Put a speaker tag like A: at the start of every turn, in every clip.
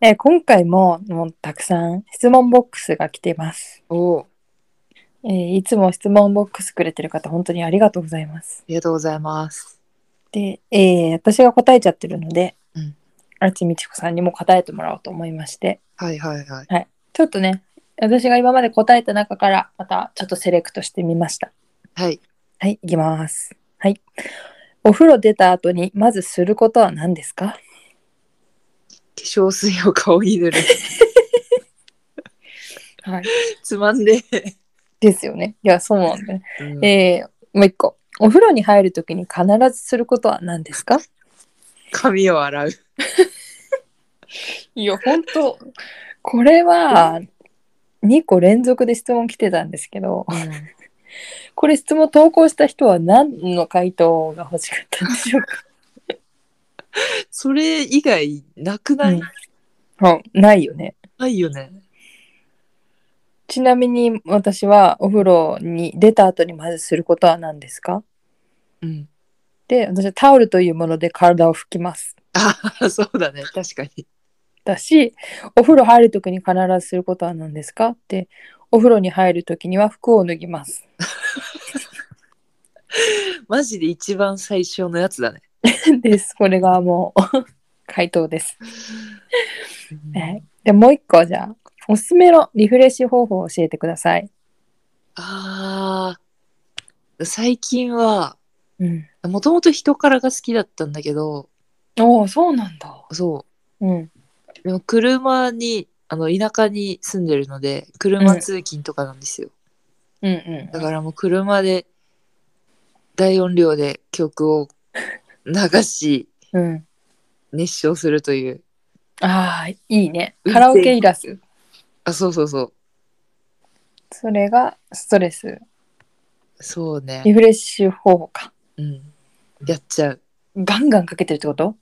A: えー今回ももうたくさん質問ボックスが来ています、
B: おーあ
A: えーいつも質問ボックスくれてる方、本当にありがとうございます。
B: りがとうございます。
A: で、えー私が答えちゃってるので、
B: うん
A: あちみちこさんにも答えてもらおうと思いまして、
B: はいはいはい。
A: ちょっとね、私が今まで答えた中から、またちょっとセレクトしてみました。
B: はい。
A: はい、いきます。はい。お風呂出た後に、まずすることは何ですか
B: 化粧水を顔 に塗る。
A: はい。
B: つまんで。
A: ですよね。いや、そうなんだね。
B: うん
A: えー、もう一個。お風呂に入るときに必ずすることは何ですか
B: 髪を洗う。
A: いや、本当これは、2個連続で質問来てたんですけど、これ質問投稿した人は何の回答が欲しかったんでしょうか、
B: それ以外なくない、
A: うんないよね。
B: ないよね。
A: ちなみに私はお風呂に出た後にまずすることは何ですか
B: うん。
A: で私はタオルというもので体を拭きます
B: ああ、 そうだね。確かに。
A: だしお風呂入る時に必ずすることは何ですかってお風呂に入る時には服を脱ぎます。
B: マジで一番最初のやつだね。
A: です。これがもう回答です。はい、でもう一個じゃあおすすめのリフレッシュ方法を教えてください。
B: ああ、最近は、
A: うん、
B: もともと人からが好きだったんだけど、
A: おおそうなんだ。
B: そ
A: うん
B: う。でも車に、あの、田舎に住んでるので、車通勤とかなんですよ。
A: うんうん
B: だからもう車で、大音量で曲を流し、
A: うん。
B: 熱唱するという。
A: ああいいね。カラオケいらす。
B: あ、そうそうそう。
A: それがストレス
B: そう
A: リ
B: ね。
A: フレッシュ方法か。
B: うん。やっちゃう。
A: ガンガンかけてるってこと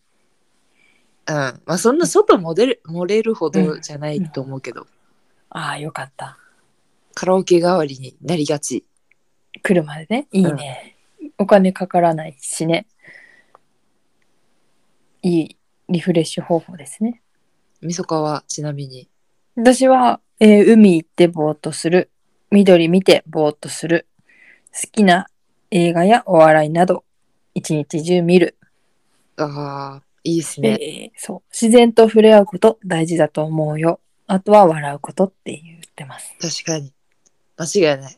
B: うん。まあ、そんな外漏れる、漏れるほどじゃないと思うけど、
A: ああ、よかった。
B: カラオケ代わりになりがち。
A: 車でね。いいね。お金かからないしね。いいリフレッシュ方法ですね。
B: みそかは、ちなみに。
A: 私は、えー海行ってぼーっとする。緑見てぼーっとする。好きな映画やお笑いなど、一日中見る。
B: ああ、いいですね。
A: えーそう。自然と触れ合うこと大事だと思うよ。あとは笑うことって言ってます。
B: 確かに。間違いない。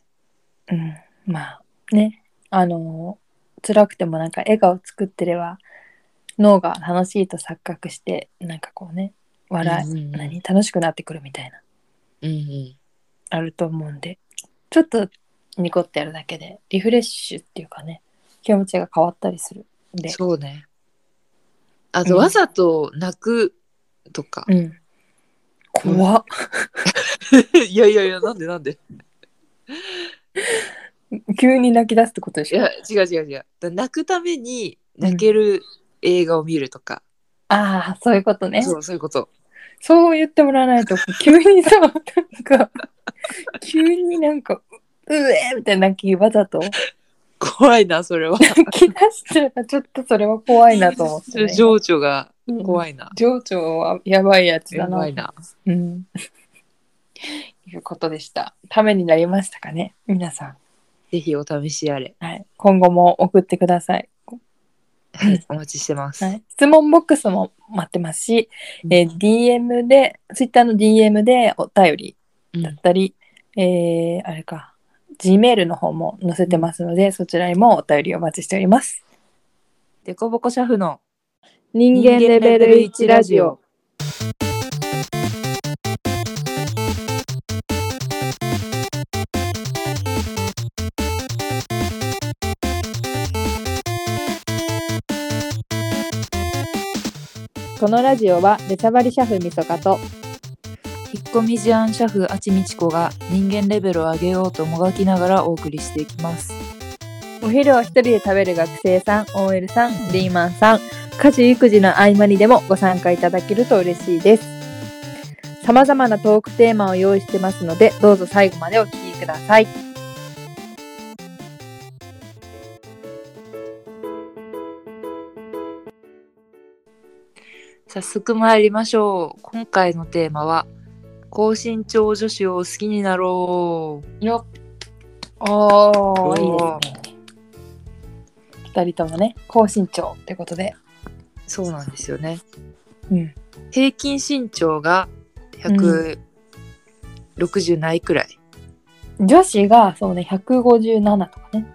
A: うん、まあねあの辛くてもなんか笑顔作ってれば脳が楽しいと錯覚してなんかこうね笑い、
B: うんうんうん
A: 何楽しくなってくるみたいな
B: うんうん。
A: あると思うんでちょっとニコってやるだけでリフレッシュっていうかね気持ちが変わったりするんで
B: そうね。あと、
A: うん
B: わざと泣くとか。
A: う、ん、怖っ
B: いやいやいや、なんでなんで。
A: 急に泣き出すってことで
B: い
A: しょ
B: や、違う違う違う。だから泣くために泣ける映画を見るとか。
A: ああそういうことね
B: そう、そういうこと。
A: そう言ってもらわないと、急にさ、なんか、急になんか、ううえーみたいな、きわ ざと
B: 怖いな、それは。
A: 泣き出したら、ちょっとそれは怖いなと思 って、ね。
B: 情緒が
A: い。
B: 怖いな。
A: 情緒はやばいやつだ
B: や
A: な。
B: ばいな。
A: うん。いうことでした。ためになりましたかね、皆さ
B: ぜひお試しあれ。
A: ん。はい。今後も送ってください。
B: はい、お待ちしてます。
A: はい、質問ボックスも待ってますし、えー DM で、Twitter の DM でお便り
B: うん
A: だったり、えーあれか、Gmail の方も載せてますので、そちらにもお便りお待ちしております。
B: でこぼこシャフの
A: 人
B: 間レベル一ラジオ。
A: このラジオは、レサバリシャフみそかと、
B: 引っ込み思案シャフあちみちこが人間レベルを上げようともがきながらお送りしていきます。
A: お昼を一人で食べる学生さん、OL さん、リーマンさん、家事育児の合間にでもご参加いただけると嬉しいです。様々なトークテーマを用意してますので、どうぞ最後までお聞きください。
B: 早速参りましょう。今回のテーマは、高身長女子を好きになろう。
A: よっ。お
B: お
A: ー、
B: ー
A: いいですね。二人ともね、高身長ってことで。
B: そうなんですよね。
A: うん。
B: 平均身長が160ないくらい。
A: 女子が、そうね、157とかね。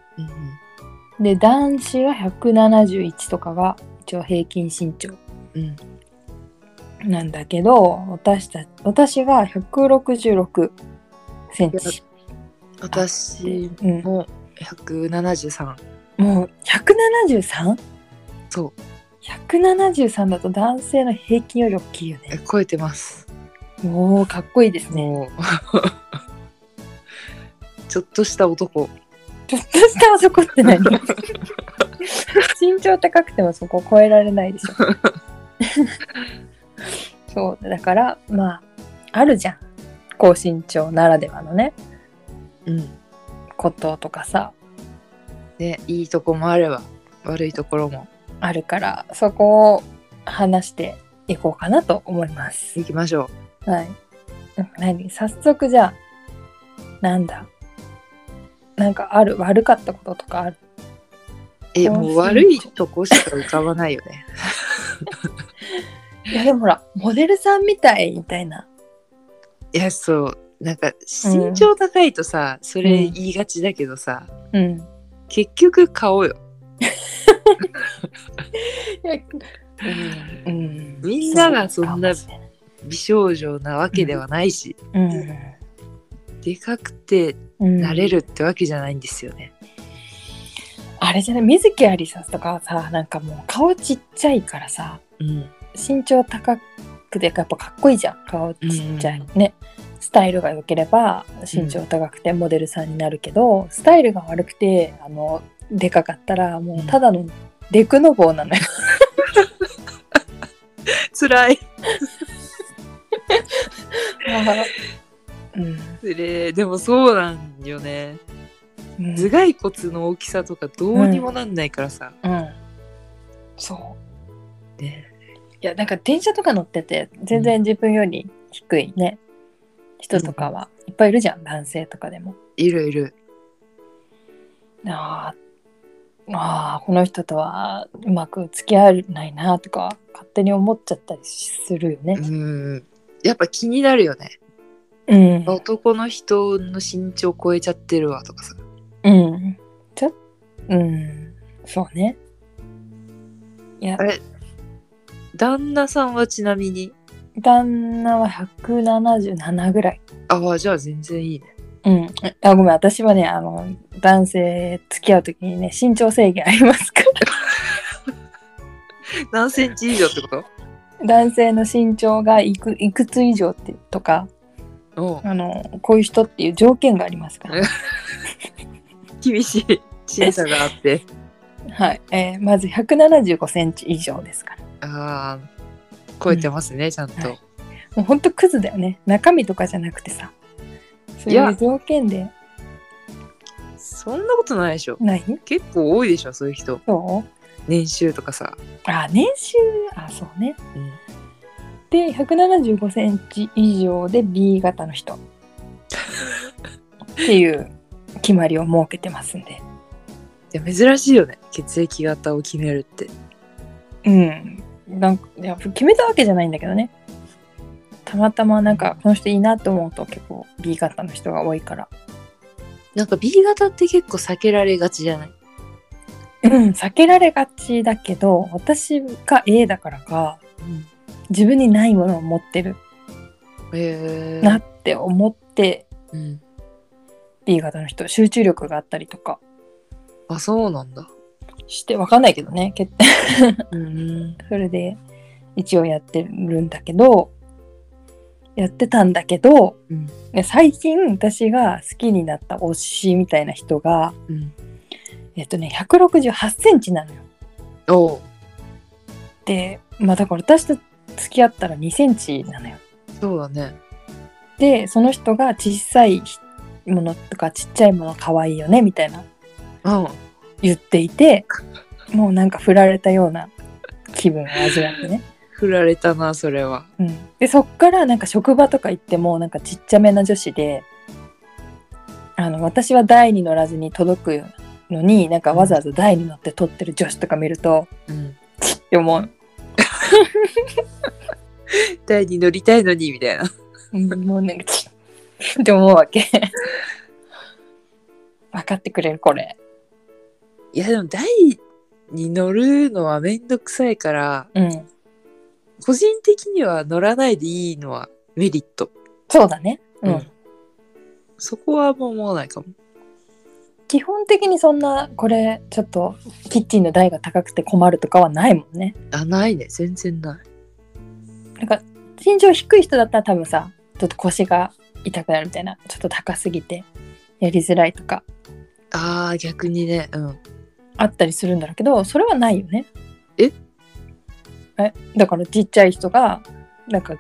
A: で、男子が171とかが、一応平均身長
B: うん。うん。
A: なんだけど、私た私が166センチ。
B: 私
A: うん。
B: も173。
A: もう、173?173
B: そう。
A: 173だと男性の平均より大きいよね。
B: え超えてます。
A: おー、かっこいいですね。
B: もう。 ちょっとした男。
A: ちょっとしたあそこって何身長高くてもそこ超えられないでし ょ。そう、だから、まあ、あるじゃん。高身長ならではのね、
B: うん。
A: こととかさ、
B: ね、いいとこもあれば、悪いところも。
A: あるから、そこを話していこうかなと思います
B: 行。きましょう。
A: はい。うん何早速じゃあ、なんだなんかある悪かったこととかある
B: え、
A: 高身長
B: もう悪いとこしか浮かばないよね。
A: いやでもほら、モデルさんみたいみたいな。
B: いや、そう。なんか身長高いとさ、それ言いがちだけどさ、
A: うん。
B: 結局顔よ。
A: いやうん
B: みんながそんな
A: うかもしれい
B: 美少女なわけではないし、でかくて
A: うん
B: なれるってわけじゃないんですよね。
A: あれじゃない水木有りさとかはさなんかもう顔ちっちゃいからさ
B: うん。
A: 身長高くてやっぱかっこいいじゃん顔ちっちゃい、
B: う
A: ねスタイルが良ければ身長高くてモデルさんになるけど、スタイルが悪くてあのでかかったらもうただのデクの棒な のよ
B: 辛い。
A: うん
B: 辛い。でもそうなんよね。
A: うん
B: 頭蓋骨の大きさとかどうにもなんないからさ。
A: うんそう
B: ね
A: いやなんか電車とか乗ってて全然自分より低いね、人とかはいっぱいいるじゃん男性とかでも。
B: いるいる。
A: あーあーこの人とはうまく付き合えないなとか勝手に思っちゃったりするよね。
B: うん。やっぱ気になるよね。
A: うん、
B: 男の人の身長超えちゃってるわとかさ。
A: うん、ちょうんそうね。いや
B: あれ旦那さんはちなみに
A: 旦那は177ぐらい。
B: ああじゃあ全然いいね
A: うん、あごめん私はねあの男性付き合う時にね身長制限ありますから
B: 何センチ以上って こと
A: 男性の身長がいくいくつ以上ってとか
B: お
A: あのこういう人っていう条件がありますから、
B: 厳しい審査があって
A: はいえーまず1 7 5センチ以上ですから
B: ああ超えてますね、ちゃんと、
A: はいもうほんとクズだよね中身とかじゃなくてさそう
B: い
A: いう
B: や
A: 条件で
B: そんなことないでしょ
A: ない
B: 結構多いでしょそういう人
A: そう
B: 年収とかさ
A: あ年収あそうね、
B: うん
A: で1 7 5センチ以上で B 型の 人っていう決まりを設けてますんで
B: いや珍しいよね血液型を決めるって
A: うん、なんかいや決めたわけじゃないんだけどねたまたまなんかこの人いいなと思うと結構 B 型の人が多いから
B: なんか B 型って結構避けられがちじゃない
A: うん避けられがちだけど私が A だからか
B: うん
A: 自分にないものを持ってる
B: へえ
A: なって思って
B: うん、
A: B 型の人集中力があったりとか
B: あそうなんだ
A: してわかんないけどね決
B: うん
A: それで一応やってるんだけどやってたんだけど
B: うん
A: で最近私が好きになった推しみたいな人が
B: うん
A: えっとね、168センチなのよ。
B: おう
A: で、まあだから私と付き合ったら2センチなのよ。
B: そうだね
A: で、その人が小さいものとかちっちゃいもの可愛いよねみたいな
B: うん
A: 言っていて、もうなんか振られたような気分を味わってね。
B: 振られたなそれは
A: うん、でそっからなんか職場とか行ってもなんかちっちゃめな女子であの私は台に乗らずに届くのになんかわざわざ台に乗って撮ってる女子とか見ると
B: うん
A: って思う
B: 台に乗りたいのにみたいな
A: うんもうなんかち っって思うわけ 分かってくれるこれ
B: いやでも台に乗るのはめんどくさいから
A: うん
B: 個人的には乗らないでいいのはメリット
A: そうだねうん、
B: そこはもう思わないかも
A: 基本的にそんなこれちょっとキッチンの台が高くて困るとかはないもんね
B: あないね全然ない
A: なんか身長低い人だったら多分さちょっと腰が痛くなるみたいなちょっと高すぎてやりづらいとか
B: あー逆にねうん
A: あったりするんだろうけどそれはないよね
B: え
A: えだからちっちゃい人がなんか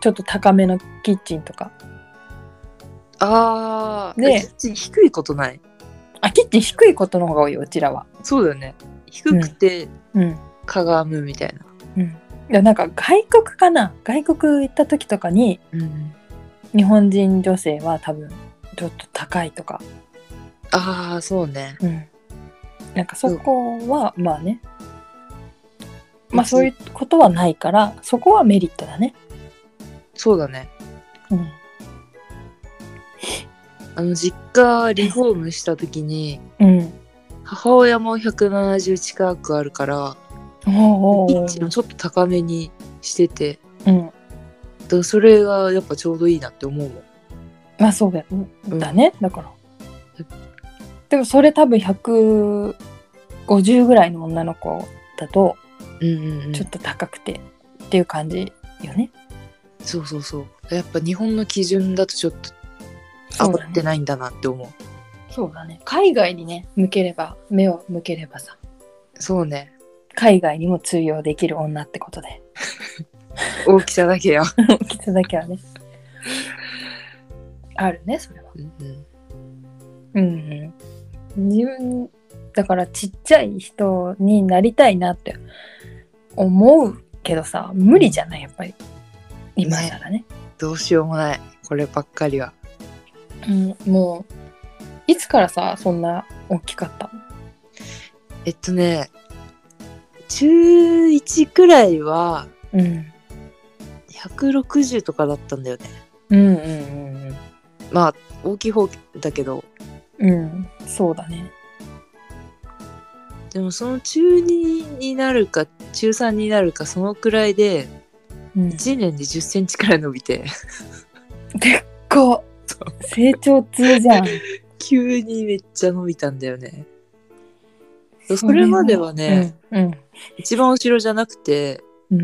A: ちょっと高めのキッチンとか
B: あー
A: ねえ
B: キッチン低いことない
A: あキッチン低いことの方が多いようちらは
B: そうだよね低くて
A: うん
B: かがむみたいな
A: うんいやなんか外国かな外国行った時とかに
B: うん
A: 日本人女性は多分ちょっと高いとか
B: ああそうね
A: うん、なんかそこは、まあねまあそういうことはないからそこはメリットだね、
B: そうだね
A: うん、
B: あの実家リフォームした時に
A: うん
B: 母親も170近くあるから
A: おうおう
B: キ
A: おう
B: ッチンをちょっと高めにしてて
A: うん
B: だからそれがやっぱちょうどいいなって思うもん
A: まあそうだ,、
B: ん
A: だねだからでもそれ多分150ぐらいの女の子だと
B: うんうん、うん、
A: ちょっと高くてっていう感じよね、
B: そうそうそうやっぱ日本の基準だとちょっと
A: そ
B: 合
A: うだ
B: っ
A: ね
B: てないんだなって思う
A: そうだね海外にね向ければ目を向ければさ
B: そうね
A: 海外にも通用できる女ってことで
B: 大きさだけよ、
A: きつだけはねあるねそれは
B: うん
A: う
B: うん、
A: んうん、自分だからちっちゃい人になりたいなって思うけどさ無理じゃないやっぱり今やらね、
B: どうしようもないこればっかりは
A: うん、もういつからさそんな大きかった
B: えっとね中1くらいは
A: の、うん、
B: 160とかだったんだよね
A: うんうん
B: まあ大きい方だけど
A: うんうんそうだね
B: でもその中2になるか中3になるかそのくらいで
A: うんちっ
B: 1年で1 0センチくらい伸びて
A: こ成長痛じゃん
B: 急にめっちゃ伸びたんだよねそれまではね
A: うん
B: 一番後ろじゃなくて
A: うん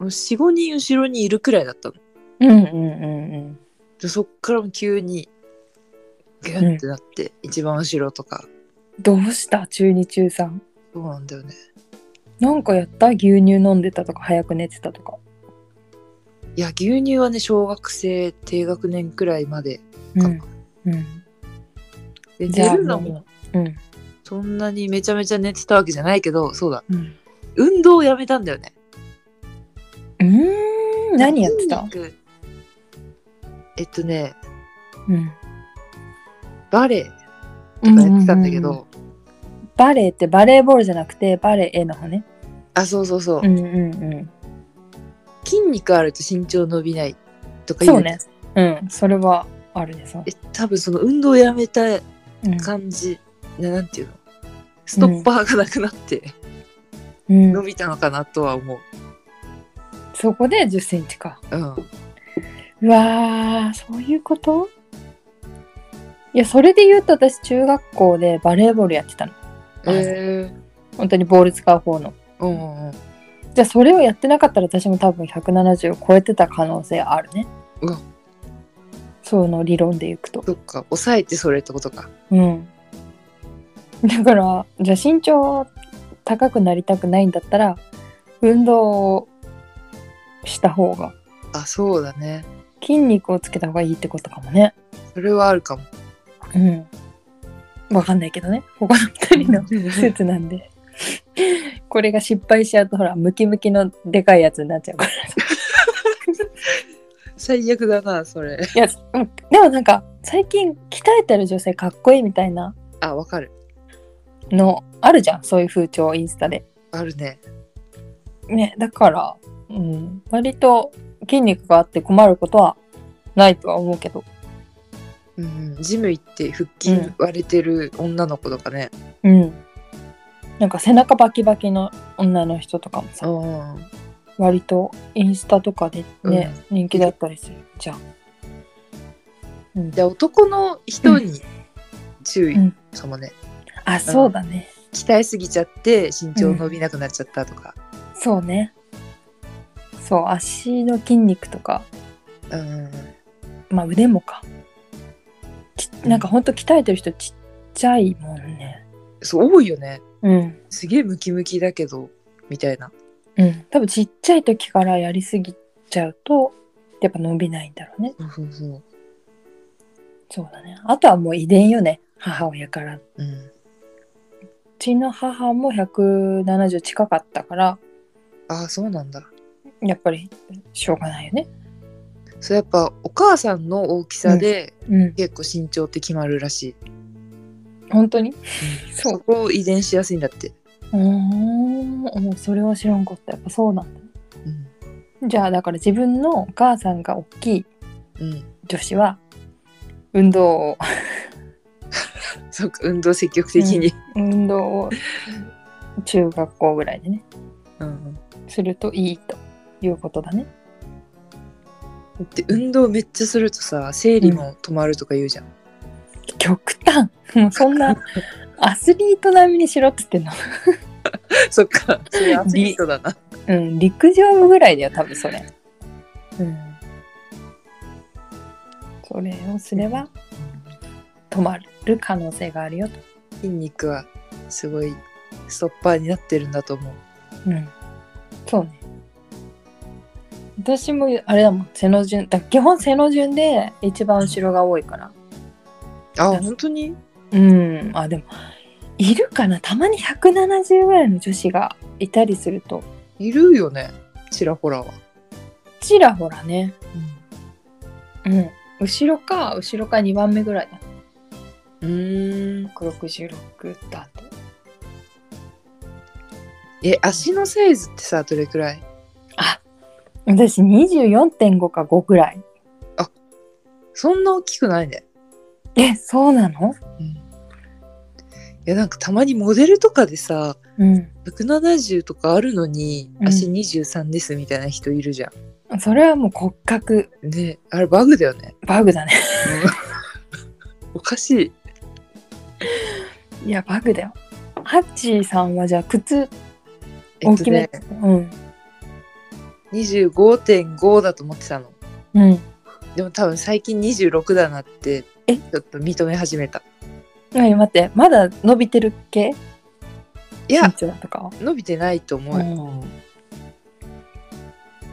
A: うん
B: 45人後ろにいるくらいだったの
A: うんうんうんうん
B: でそっからも急にギュンってなって、一番後ろとか
A: どうした中2中3
B: そうなんだよね
A: なんかやった牛乳飲んでたとか早く寝てたとか
B: いや牛乳はね小学生低学年くらいまでかな、
A: うんうん、
B: で
A: じゃ
B: 寝
A: あ
B: るの
A: も
B: も
A: ううん
B: そんなにめちゃめちゃ寝てたわけじゃないけどそうだ
A: うん
B: 運動をやめたんだよね
A: うーん何やってた
B: 筋肉えっとね
A: うん
B: バレエとかやってたんだけど、
A: ううバレーってバレーボールじゃなくてバレエの方ね
B: あそうそうそう、
A: うんうんうん
B: 筋肉あると身長伸びないとか言
A: そうねうんそれはあるでさ
B: え多分その運動をやめた
A: うん
B: 感じ、ななんていうのストッパーがなくなって、
A: うん
B: 伸びたのかなとは思う
A: そこで1 0センチか
B: うん
A: うわーそういうこといやそれで言うと私中学校でバレーボールやってたの
B: え
A: 本当にボール使う方の
B: ー、うんうんうん
A: じゃあそれをやってなかったら私も多分170を超えてた可能性あるね
B: うわ
A: その理論でいくと
B: そっか抑えてそれってことか
A: うんだからじゃあ身長高くなりたくないんだったら運動をした方が
B: あそうだね
A: 筋肉をつけた方がいいってことかもね
B: それはあるかも
A: うんわかんないけどね他の2人の説なんでこれが失敗しちゃうとほらムキムキので かいやつになっちゃうから
B: 最悪だなそれ
A: いや、うん、でもなんか最近鍛えてる女性かっこいいみたいな
B: あわかる
A: のあるじゃんそういう風潮インスタで。
B: あるね
A: ねだから、うん、割と筋肉があって困ることはないとは思うけど。
B: うんうんジム行って腹筋割れてる女の子とかね、
A: うん。なんか背中バキバキの女の人とかもさ
B: ああ
A: 割とインスタとかでね、人気だったりするじゃん。うん
B: で男の人に注意
A: うん
B: かもね、
A: あそうだね。
B: 鍛えすぎちゃって身長伸びなくなっちゃったとか、
A: そうね。そう足の筋肉とか
B: うんうん
A: まあ腕もか。ちなんかほんと鍛えてる人ちっちゃいもんね。
B: そう多いよね
A: うん。
B: すげえムキムキだけどみたいな
A: うん。多分ちっちゃい時からやりすぎちゃうと、やっぱ伸びないんだろうね。
B: そうそう
A: そうだね。あとはもう遺伝よね。母親から。う
B: うん
A: ちの母も170近かったから、
B: ああそうなんだ
A: やっぱりしょうがないよね。
B: それやっぱお母さんの大きさで
A: うん。
B: 結構身長って決まるらしい、
A: 本当に
B: そ
A: そう。
B: こを遺伝しやすいんだって、
A: うーん。もうそれは知らんかった。やっぱそうなんだ。
B: うん
A: じゃあだから自分のお母さんが大きい
B: うん、
A: 女子は、運動を
B: そうか運動積極的に、
A: 運動を中学校ぐらいでね
B: うん
A: するといいということだね
B: だって運動めっちゃするとさ生理も止まるとか言うじゃん、
A: 極端もうそんなアスリート並みにしろっつってんの
B: そっかそれアスリートだな
A: うん陸上部ぐらいだよ多分それうんそれをすれば止まる可能性があるよと
B: 筋肉はすごいストッパーになってるんだと思う
A: うんそうね私もあれだもん背の順だ基本背の順で一番後ろが多いから
B: あ
A: うん
B: 本当に
A: うん、あでもいるかなたまに170ぐらいの女子がいたりすると
B: いるよねちらほらは、
A: ちらほらね、うん、後ろか後ろか2番目ぐらいだ
B: うん、ん
A: 166だと
B: え足のサイズってさどれくらい
A: 私24.5か5ぐらい
B: そんな大きくないね
A: えそうなの
B: うんいやなんかたまにモデルとかでさ
A: うん
B: 170とかあるのに
A: うん
B: 足23ですみたいな人いるじゃん、
A: それはもう骨格
B: ねあれバグだよね
A: バグだね
B: おかしい
A: いやバグだよハッチーさんはじゃあ靴
B: えっ
A: 大
B: と
A: きめ、
B: ね
A: うん
B: 25.5だと思ってたの
A: うん
B: でも多分最近26だなって
A: え
B: ちょっと認め始めた
A: 何待ってまだ伸びてるっけ
B: い
A: 身
B: や
A: 長とかは
B: 伸びてないと思う、
A: うん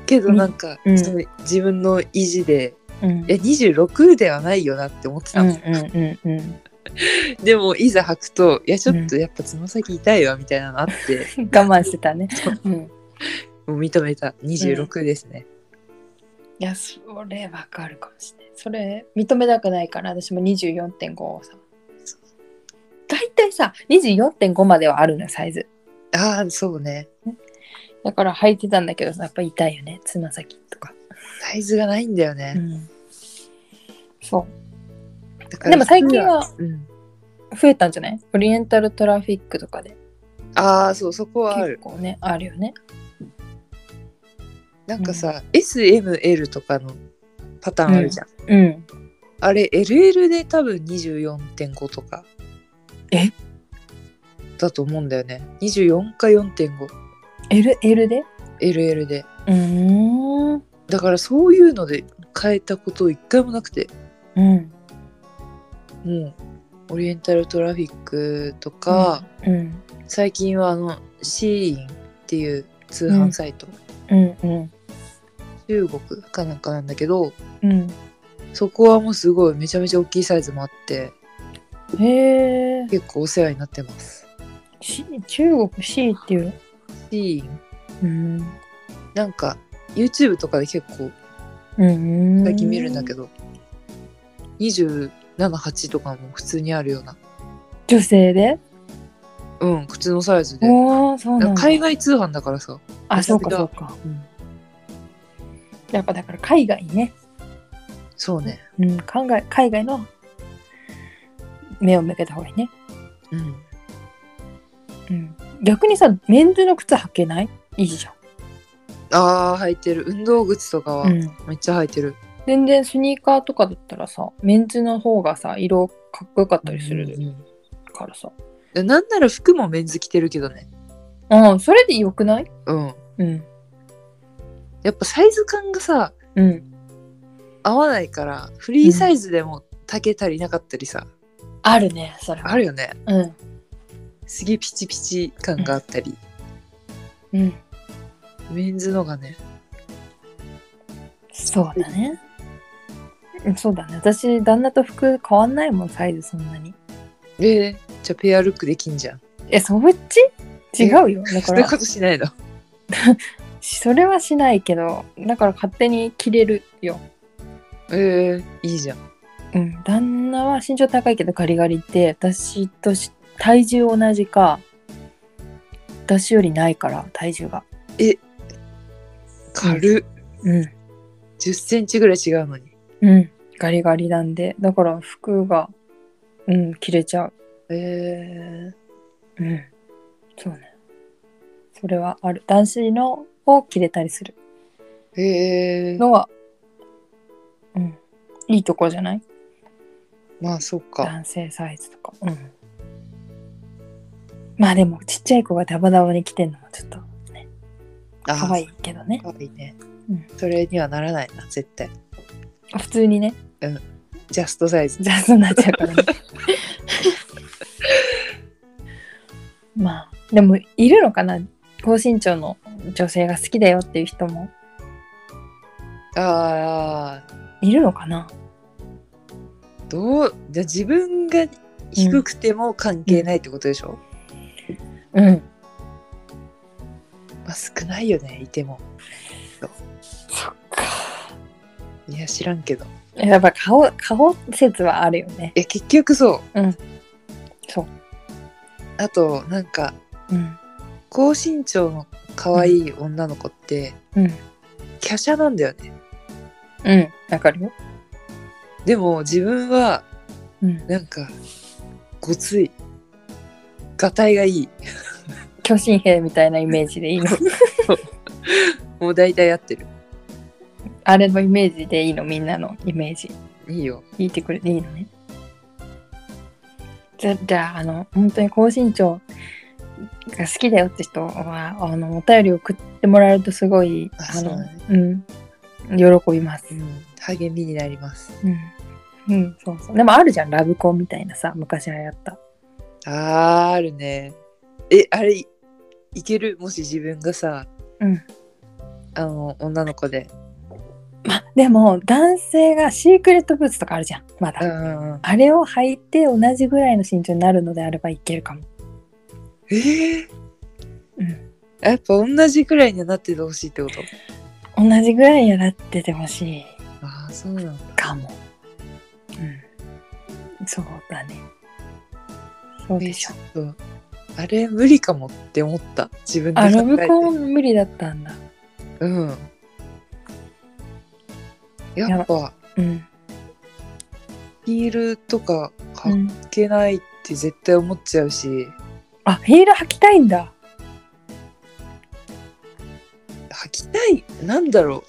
B: けどなんか、
A: うん
B: その自分の意地で
A: うん
B: いや26ではないよなって思って
A: う
B: た
A: ん
B: の、
A: うんうんうん
B: でもいざ履くといやちょっとやっぱつま先痛いわみたいなのあ って、
A: 我慢してたね。うん、
B: もう認めた26ですね、
A: いやそれわかるかもしれない。それ認めたくないから私も24.5をさ。大体さ24.5まではあるのよサイズ。
B: ああそうね
A: だから履いてたんだけどさやっぱ痛いよねつま先とか。
B: サイズがないんだよね、
A: そ
B: だ
A: う。
B: から
A: でも最近、は
B: うん、
A: 増えたんじゃないオリエンタルトラフィックとかで
B: ああそうそこはあ
A: 結
B: る
A: 構ねあるよね。
B: なんかさ、SML とかのパターンあるじゃん、
A: うん。
B: あれ LL で多分24.5とか
A: え
B: だと思うんだよね24か 4.5LL
A: L, L で
B: で
A: うーん。
B: だからそういうので変えたこと一回もなくて
A: うん。
B: もうオリエンタルトラフィックとか、
A: うん。
B: 最近はあのシーインっていう通販サイト、
A: うんうん。
B: 中国かなんかなんだけど
A: うん。
B: そこはもうすごいめちゃめちゃ大きいサイズもあって
A: へえ。
B: 結構お世話になってます
A: C 中国 C っていう。
B: シー
A: う
B: ン
A: ん。
B: なんか YouTube とかで結構
A: うん。
B: 最近見るんだけど、278とかも普通にあるような
A: 女性で
B: うん普通のサイズで
A: おおそうなんだ。
B: 海外通販だからさ
A: あ、そうか
B: めち
A: そ
B: ゃ
A: う
B: くち
A: か。
B: ゃうん
A: やっぱだから海外ね。
B: そうね
A: うん、海外海外の目を向けた方がいいね。
B: うん
A: うん。逆にさ、メンズの靴履けないいいじ
B: ああ履いてる運動靴とか
A: ゃ
B: は
A: ん。うん。
B: めっちゃ履いてる、
A: 全然スニーカーとかだったらさ、メンズの方がさ、色かっこよかったりする
B: うん
A: からさ。
B: でなんなら服もメンズ着てるけどね
A: うん、それでよくない
B: うん
A: うん。
B: やっぱサイズ感がさ
A: うん。
B: 合わないからフリーサイズでも丈足りなかったりさ、
A: あるね、それは。
B: あるよね
A: うん。
B: すげえピチピチ感があったり、
A: うん。
B: メンズのがね
A: そうだね。うんそうだね。私、旦那と服変わんないもん、サイズそんなに。
B: えー、じゃあペアルックできんじゃん
A: え、そっち違うよ。だか
B: そんな
A: ら
B: こ、としないの
A: それはしないけど、だから勝手に着れるよ。
B: えー、いいじゃん
A: うん。旦那は身長高いけどガリガリで、私とし体重同じか、私よりないから、体重が。
B: 軽っ
A: うん。
B: 1 0ンチぐらい違うのに
A: うん。ガリガリなんで、だから服が、うん、着れちゃう。
B: え
A: う
B: ー、
A: ん。そうね。それはある。男子のを着れたりする
B: えー、
A: のは、うん。いいとこじゃない
B: まあそっか
A: 男性サイズとか。うん。まあでも、ちっちゃい子がダバダバに着てんのもちょっと可愛
B: い
A: いけどね。
B: 可愛いね、
A: うん
B: それにはならないな絶対
A: 普通にね、
B: ジャストサイズ
A: ジャズになっちゃうからね。まあ、でも、いるのかな高身長の女性が好きだよっていう人も
B: ああ
A: いるのかな
B: どうじゃあ自分が低くても関係ないってことでしょ、
A: うん。
B: まあ、少ないよねいても
A: そっか。
B: いや知らんけど
A: やっぱ顔、顔説はあるよね。
B: いや結局そう
A: うんそう
B: あとなんか
A: うん。
B: 高身長の可愛い女の子って
A: うん。
B: 華奢なんだよね
A: うん。わかるよ。
B: でも自分は
A: うん。
B: なんかごついがたいがいい
A: 巨神兵みたいなイメージでいい の。
B: もう大体合ってる
A: あれのイメージでいいの、みんなのイメージ。
B: いいよ
A: 聞いてくれていいのね。じゃ、じゃあ、あの、本当に高身長が好きだよって人は、あの、お便りを送ってもらえるとすごい、
B: あ
A: あの、
B: そうだね
A: うん。喜びます
B: う。ん励みになります
A: うん。うん、そうそう。でもあるじゃん、ラブコンみたいなさ、昔流行った。
B: あーあるねえあれいいけるもし自分がさ、
A: うん
B: あの女の子で
A: まあでも男性がシークレットブーツとかあるじゃんまだ、
B: うんうん
A: あれを履いて同じぐらいの身長になるのであればいけるかも
B: えー
A: うん
B: やっぱ同じくらいにはなっててほしいってこと
A: 同じぐらいにはなっててほしい
B: ああそうなんだ
A: かもうんそうだねそうでしょ
B: えーちょっとあれ無理かもって思った自分で
A: あラブ
B: て
A: コン無理だったんだ
B: うんやっぱ
A: うん、
B: ヒールとか
A: う
B: 履
A: ん、
B: けないって絶対思っちゃうし、
A: あヒール履きたいんだ
B: 履きたいなんだろ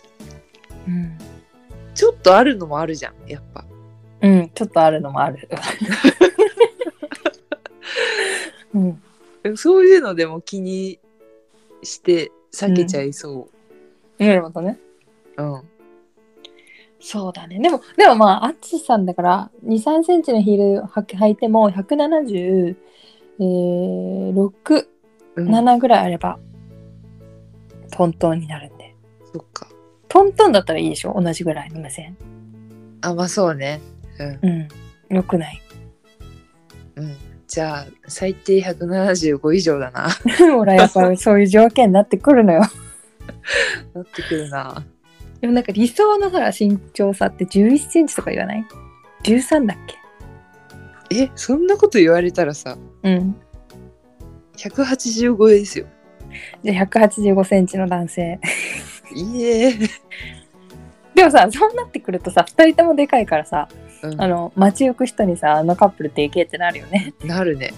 A: うん、
B: うちょっとあるのもあるじゃんやっぱ
A: うん、ちょっとあるのもあ るうん
B: でもそういうのでも気にして避けちゃいそ
A: なるほどね
B: う。うん。
A: そうだね。でも、でもまあ、アッチさんだから、2、3センチのヒール履き履いても、176、えー6、
B: うん
A: 7ぐらいあれば、トントンになるんで。
B: そっか。
A: トントンだったらいいでしょ同じぐらいの目線。
B: あ、まあそうね。うん。
A: うん。よくない。
B: うん。じゃあ最低175以上だな
A: ほらやっ ぱそういう条件になってくるのよ。
B: なってくるな
A: でもなんか理想のほら身長差って11センチとか言わない ?13 だっ
B: えそんなこと言われたらさ
A: けうん。
B: 185ですよ
A: じゃあ185センチの男性。
B: いえ
A: でもさ、そうなってくるとさ、2人ともでかいからさ、
B: うん
A: あの、街行く人にさ、あのカップルでけえってなるよね。
B: なるね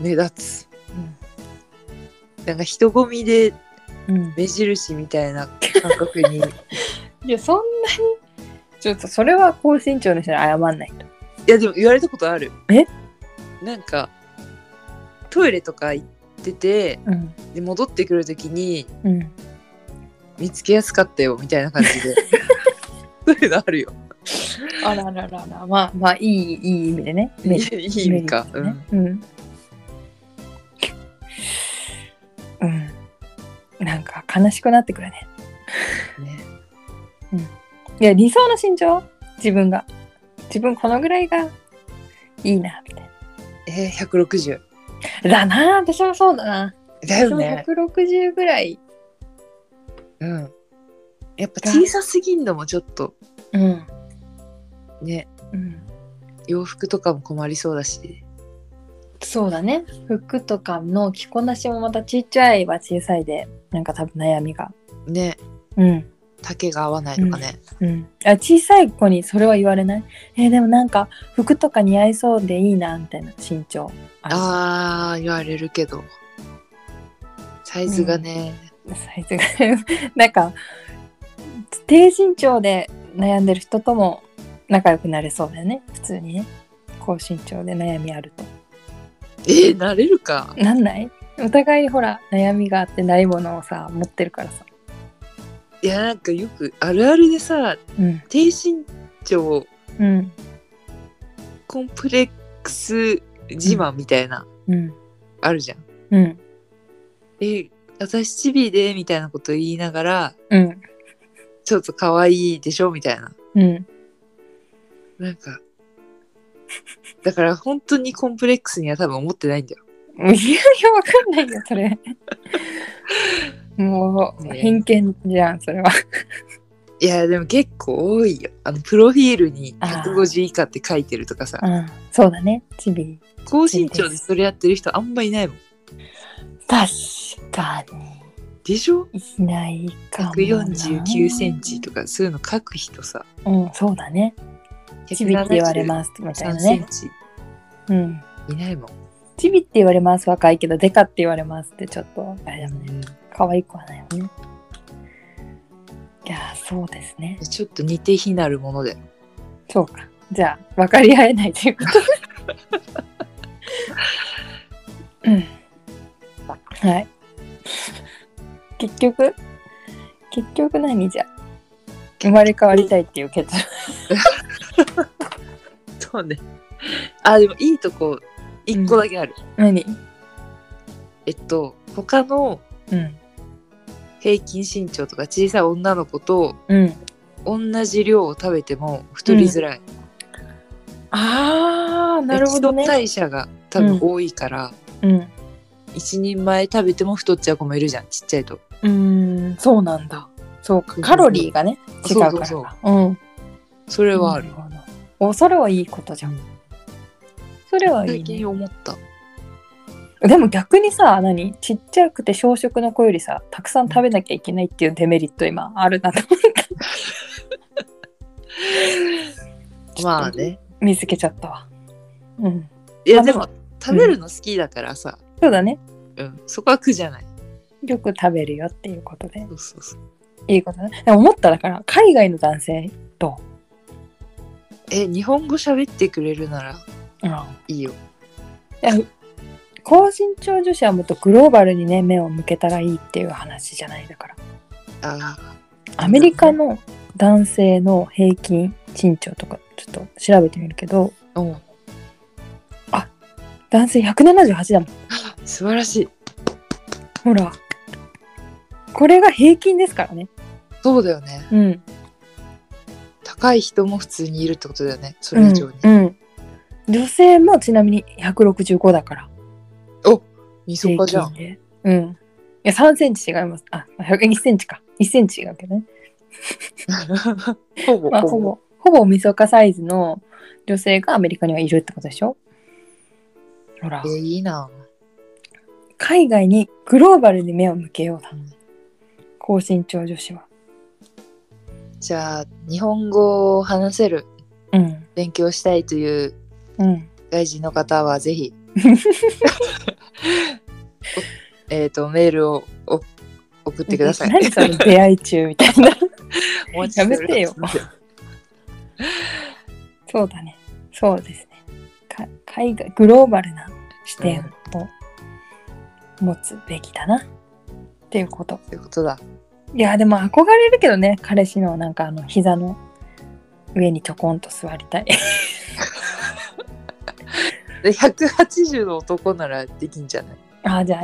B: 目立つ、なんか人混みで
A: うん。
B: 目印みたいな感覚 にい
A: いや、そんなに、ちょっとそれは高身長の人に謝んないと。
B: やでも言われたことある
A: え
B: なんかトイレとか行ってて
A: うん。
B: で戻ってくるときに
A: うん。
B: 見つけやすかったよみたいな感じで そういうのあるよ
A: あらららら、まあまあ、いい、いい意味でね。
B: いいいい意味か、
A: う
B: うんん、
A: うん。なんか悲しくなってくるね。
B: ね
A: いや、理想の身長自分が。自分このぐらいがいいな、みたい
B: えー、160
A: な。だな、私もそうだな。
B: だよね
A: 私も160ぐらい。
B: うんやっぱ小さすぎんのもちょっと
A: うん。
B: ね
A: うん。
B: 洋服とかも困りそうだし
A: そうだね。服とかの着こなしもまたちっちゃいは小さいで、なんか多分悩みが。
B: ね
A: うん。
B: 丈が合わないとかね、
A: うん、あ小さい子にそれは言われないえーでもなんか服とか似合いそうでいいなみたいな身長あ
B: ああ言われるけどサイズがね、
A: るサイズが なんか低身長で悩んでる人とも仲良くなれそうだよね普通にね高身長で悩みあると
B: えー、なれるか
A: なんないお互いにほら悩みがあってないものをさ持ってるからさ
B: いやなんかよくあるあるでさ
A: うん
B: 低身長
A: うん
B: コンプレックス自慢みたいな、
A: うん
B: あるじゃん
A: うん
B: えー私チビでみたいなこと言いながら
A: うん
B: ちょっと可愛いでしょみたいな
A: うん
B: なんかだから本当にコンプレックスには多分思ってないんだよ
A: いやいやわかんないよそれもう
B: ね
A: 偏見じゃんそれはい
B: やでも結構多いよあのプロフィールに
A: あー
B: 150以下って書いてるとかさ
A: うん、そうだね、チビ。
B: 高身長でそれやってる人あんまいないもん。
A: 確か
B: でしょ
A: に、いないかもな。
B: ?149 センチとかそういうの書く人さ。
A: うん、そうだね。チビって言われます、みたい
B: 3
A: な
B: セン
A: ね。
B: チ
A: うん。
B: いないもん。
A: チビって言われます、若いけど、デカって言われますって、ちょっと、あれだもんね。
B: うん
A: 可愛くはないもんね。いやー、そうですね。
B: ちょっと似て非なるもので。
A: そうか。じゃあ、分かり合えないということ。うん。はい。結局、結局何じゃあ生まれ変わりたいっていう結論。
B: そうね。あ、でもいいとこ、一個だけある。
A: 何
B: えっと、他の
A: うん。
B: 平均身長とか小さい女の子と
A: うん。
B: 同じ量を食べても太りづらい。
A: ああ、なるほど
B: 基
A: ね。
B: 礎代謝が多分多いから、
A: うん。
B: 一人前食べても太っちゃう子もいるじゃん、ちっちゃいと。
A: うん、そうなんだ。そうか。
B: そう
A: カロリーがね、違うから
B: そう
A: か。
B: そう
A: うん。
B: それはある。
A: なほど。お、それはいいことじゃん。それはい
B: 最
A: い、ね
B: 近。思った。
A: でも逆にさ何ちっちゃくて小食の子よりさたくさん食べなきゃいけないっていうデメリット今あるなと 思った
B: まあね。
A: 見つけちゃったわうん
B: いや
A: まあ
B: で
A: で
B: も食べるの好きだからさ、
A: そうだね
B: うん、そこは苦じゃない。
A: よく食べるよっていうことで
B: そうそうそう。
A: いいことねでも思っただから海外の男性と、
B: え、日本語喋ってくれるなら
A: うん、
B: いいよ。
A: 高身長女子はもっとグローバルにね目を向けたらいいっていう話じゃないだから
B: あ
A: アメリカの男性の平均身長とかちょっと調べてみるけど
B: あ、うん、
A: 男性178だもん
B: 素晴らしい。
A: ほら。これが平均ですからね。
B: そうだよね。
A: うん。
B: 高い人も普通にいるってことだよね。そ
A: うん
B: れ以上に。。
A: うん。女性もちなみに165だから。
B: みそかじゃん。
A: 平均で。うん。いや、3センチ違います。あ、1センチか。1センチ違うけどね。
B: ほぼ
A: まあ、ほ
B: ほぼ。
A: ぼ、ほぼみそかサイズの女性がアメリカにはいるってことでしょほら
B: え、ー、いいな。
A: 海外にグローバルに目を向けようだ
B: うん。
A: 高身長女子は。
B: じゃあ、日本語を話せる、
A: うん。
B: 勉強したいという
A: うん。
B: 外人の方は、ぜひ、おえっ、と、メールをお送ってください。
A: 何それ出会い中みたいな。
B: お待ちしております
A: やめてそうだね。そうですね。か海外、グローバルな視点を持つべきだな。っていうこと。
B: ということだ。
A: いや、でも憧れるけどね。彼氏のなんかあの膝の上にちょこんと座りたい。
B: で、180の男ならできんじゃない
A: ああ、じゃあ、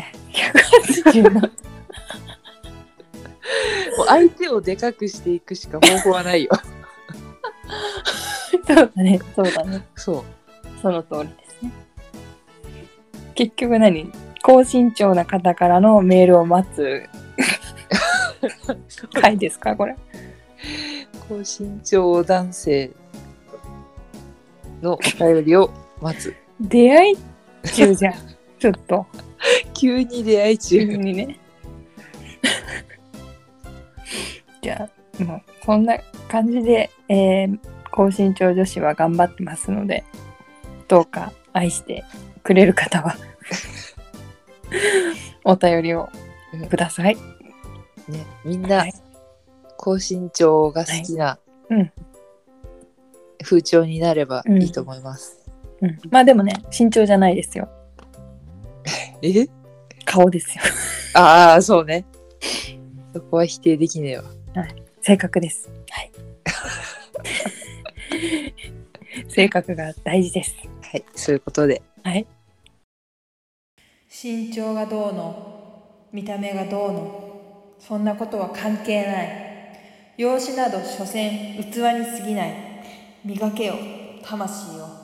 A: 180の。
B: もう相手をでかくしていくしか方法はないよ。
A: そうだね。そうだね。
B: そう。
A: その通りですね。結局何高身長な方からのメールを待つ回ですかこれ。
B: 高身長男性のお便りを待つ。
A: 出会い中じゃん。ちょっと。
B: 急に出会い
A: 自
B: 中。
A: 分にね。 じゃあ、もうそんな感じで、えー高身長女子は頑張ってますので、どうか愛してくれる方は、お便りをください。
B: ね、みん
A: は
B: ない高身長が好きな
A: はいうん
B: 風潮になればいいと思います。
A: うん、まあでもね、身長じゃないですよ。
B: え
A: 顔ですよ。
B: ああ、そうね。そこは否定できねえわ。
A: 性格です。はい。性格が大事です。
B: はい、そういうことで。
A: はい。
C: 身長がどうの見た目がどうのそんなことは関係ない容姿など所詮器に過ぎない磨けよ魂を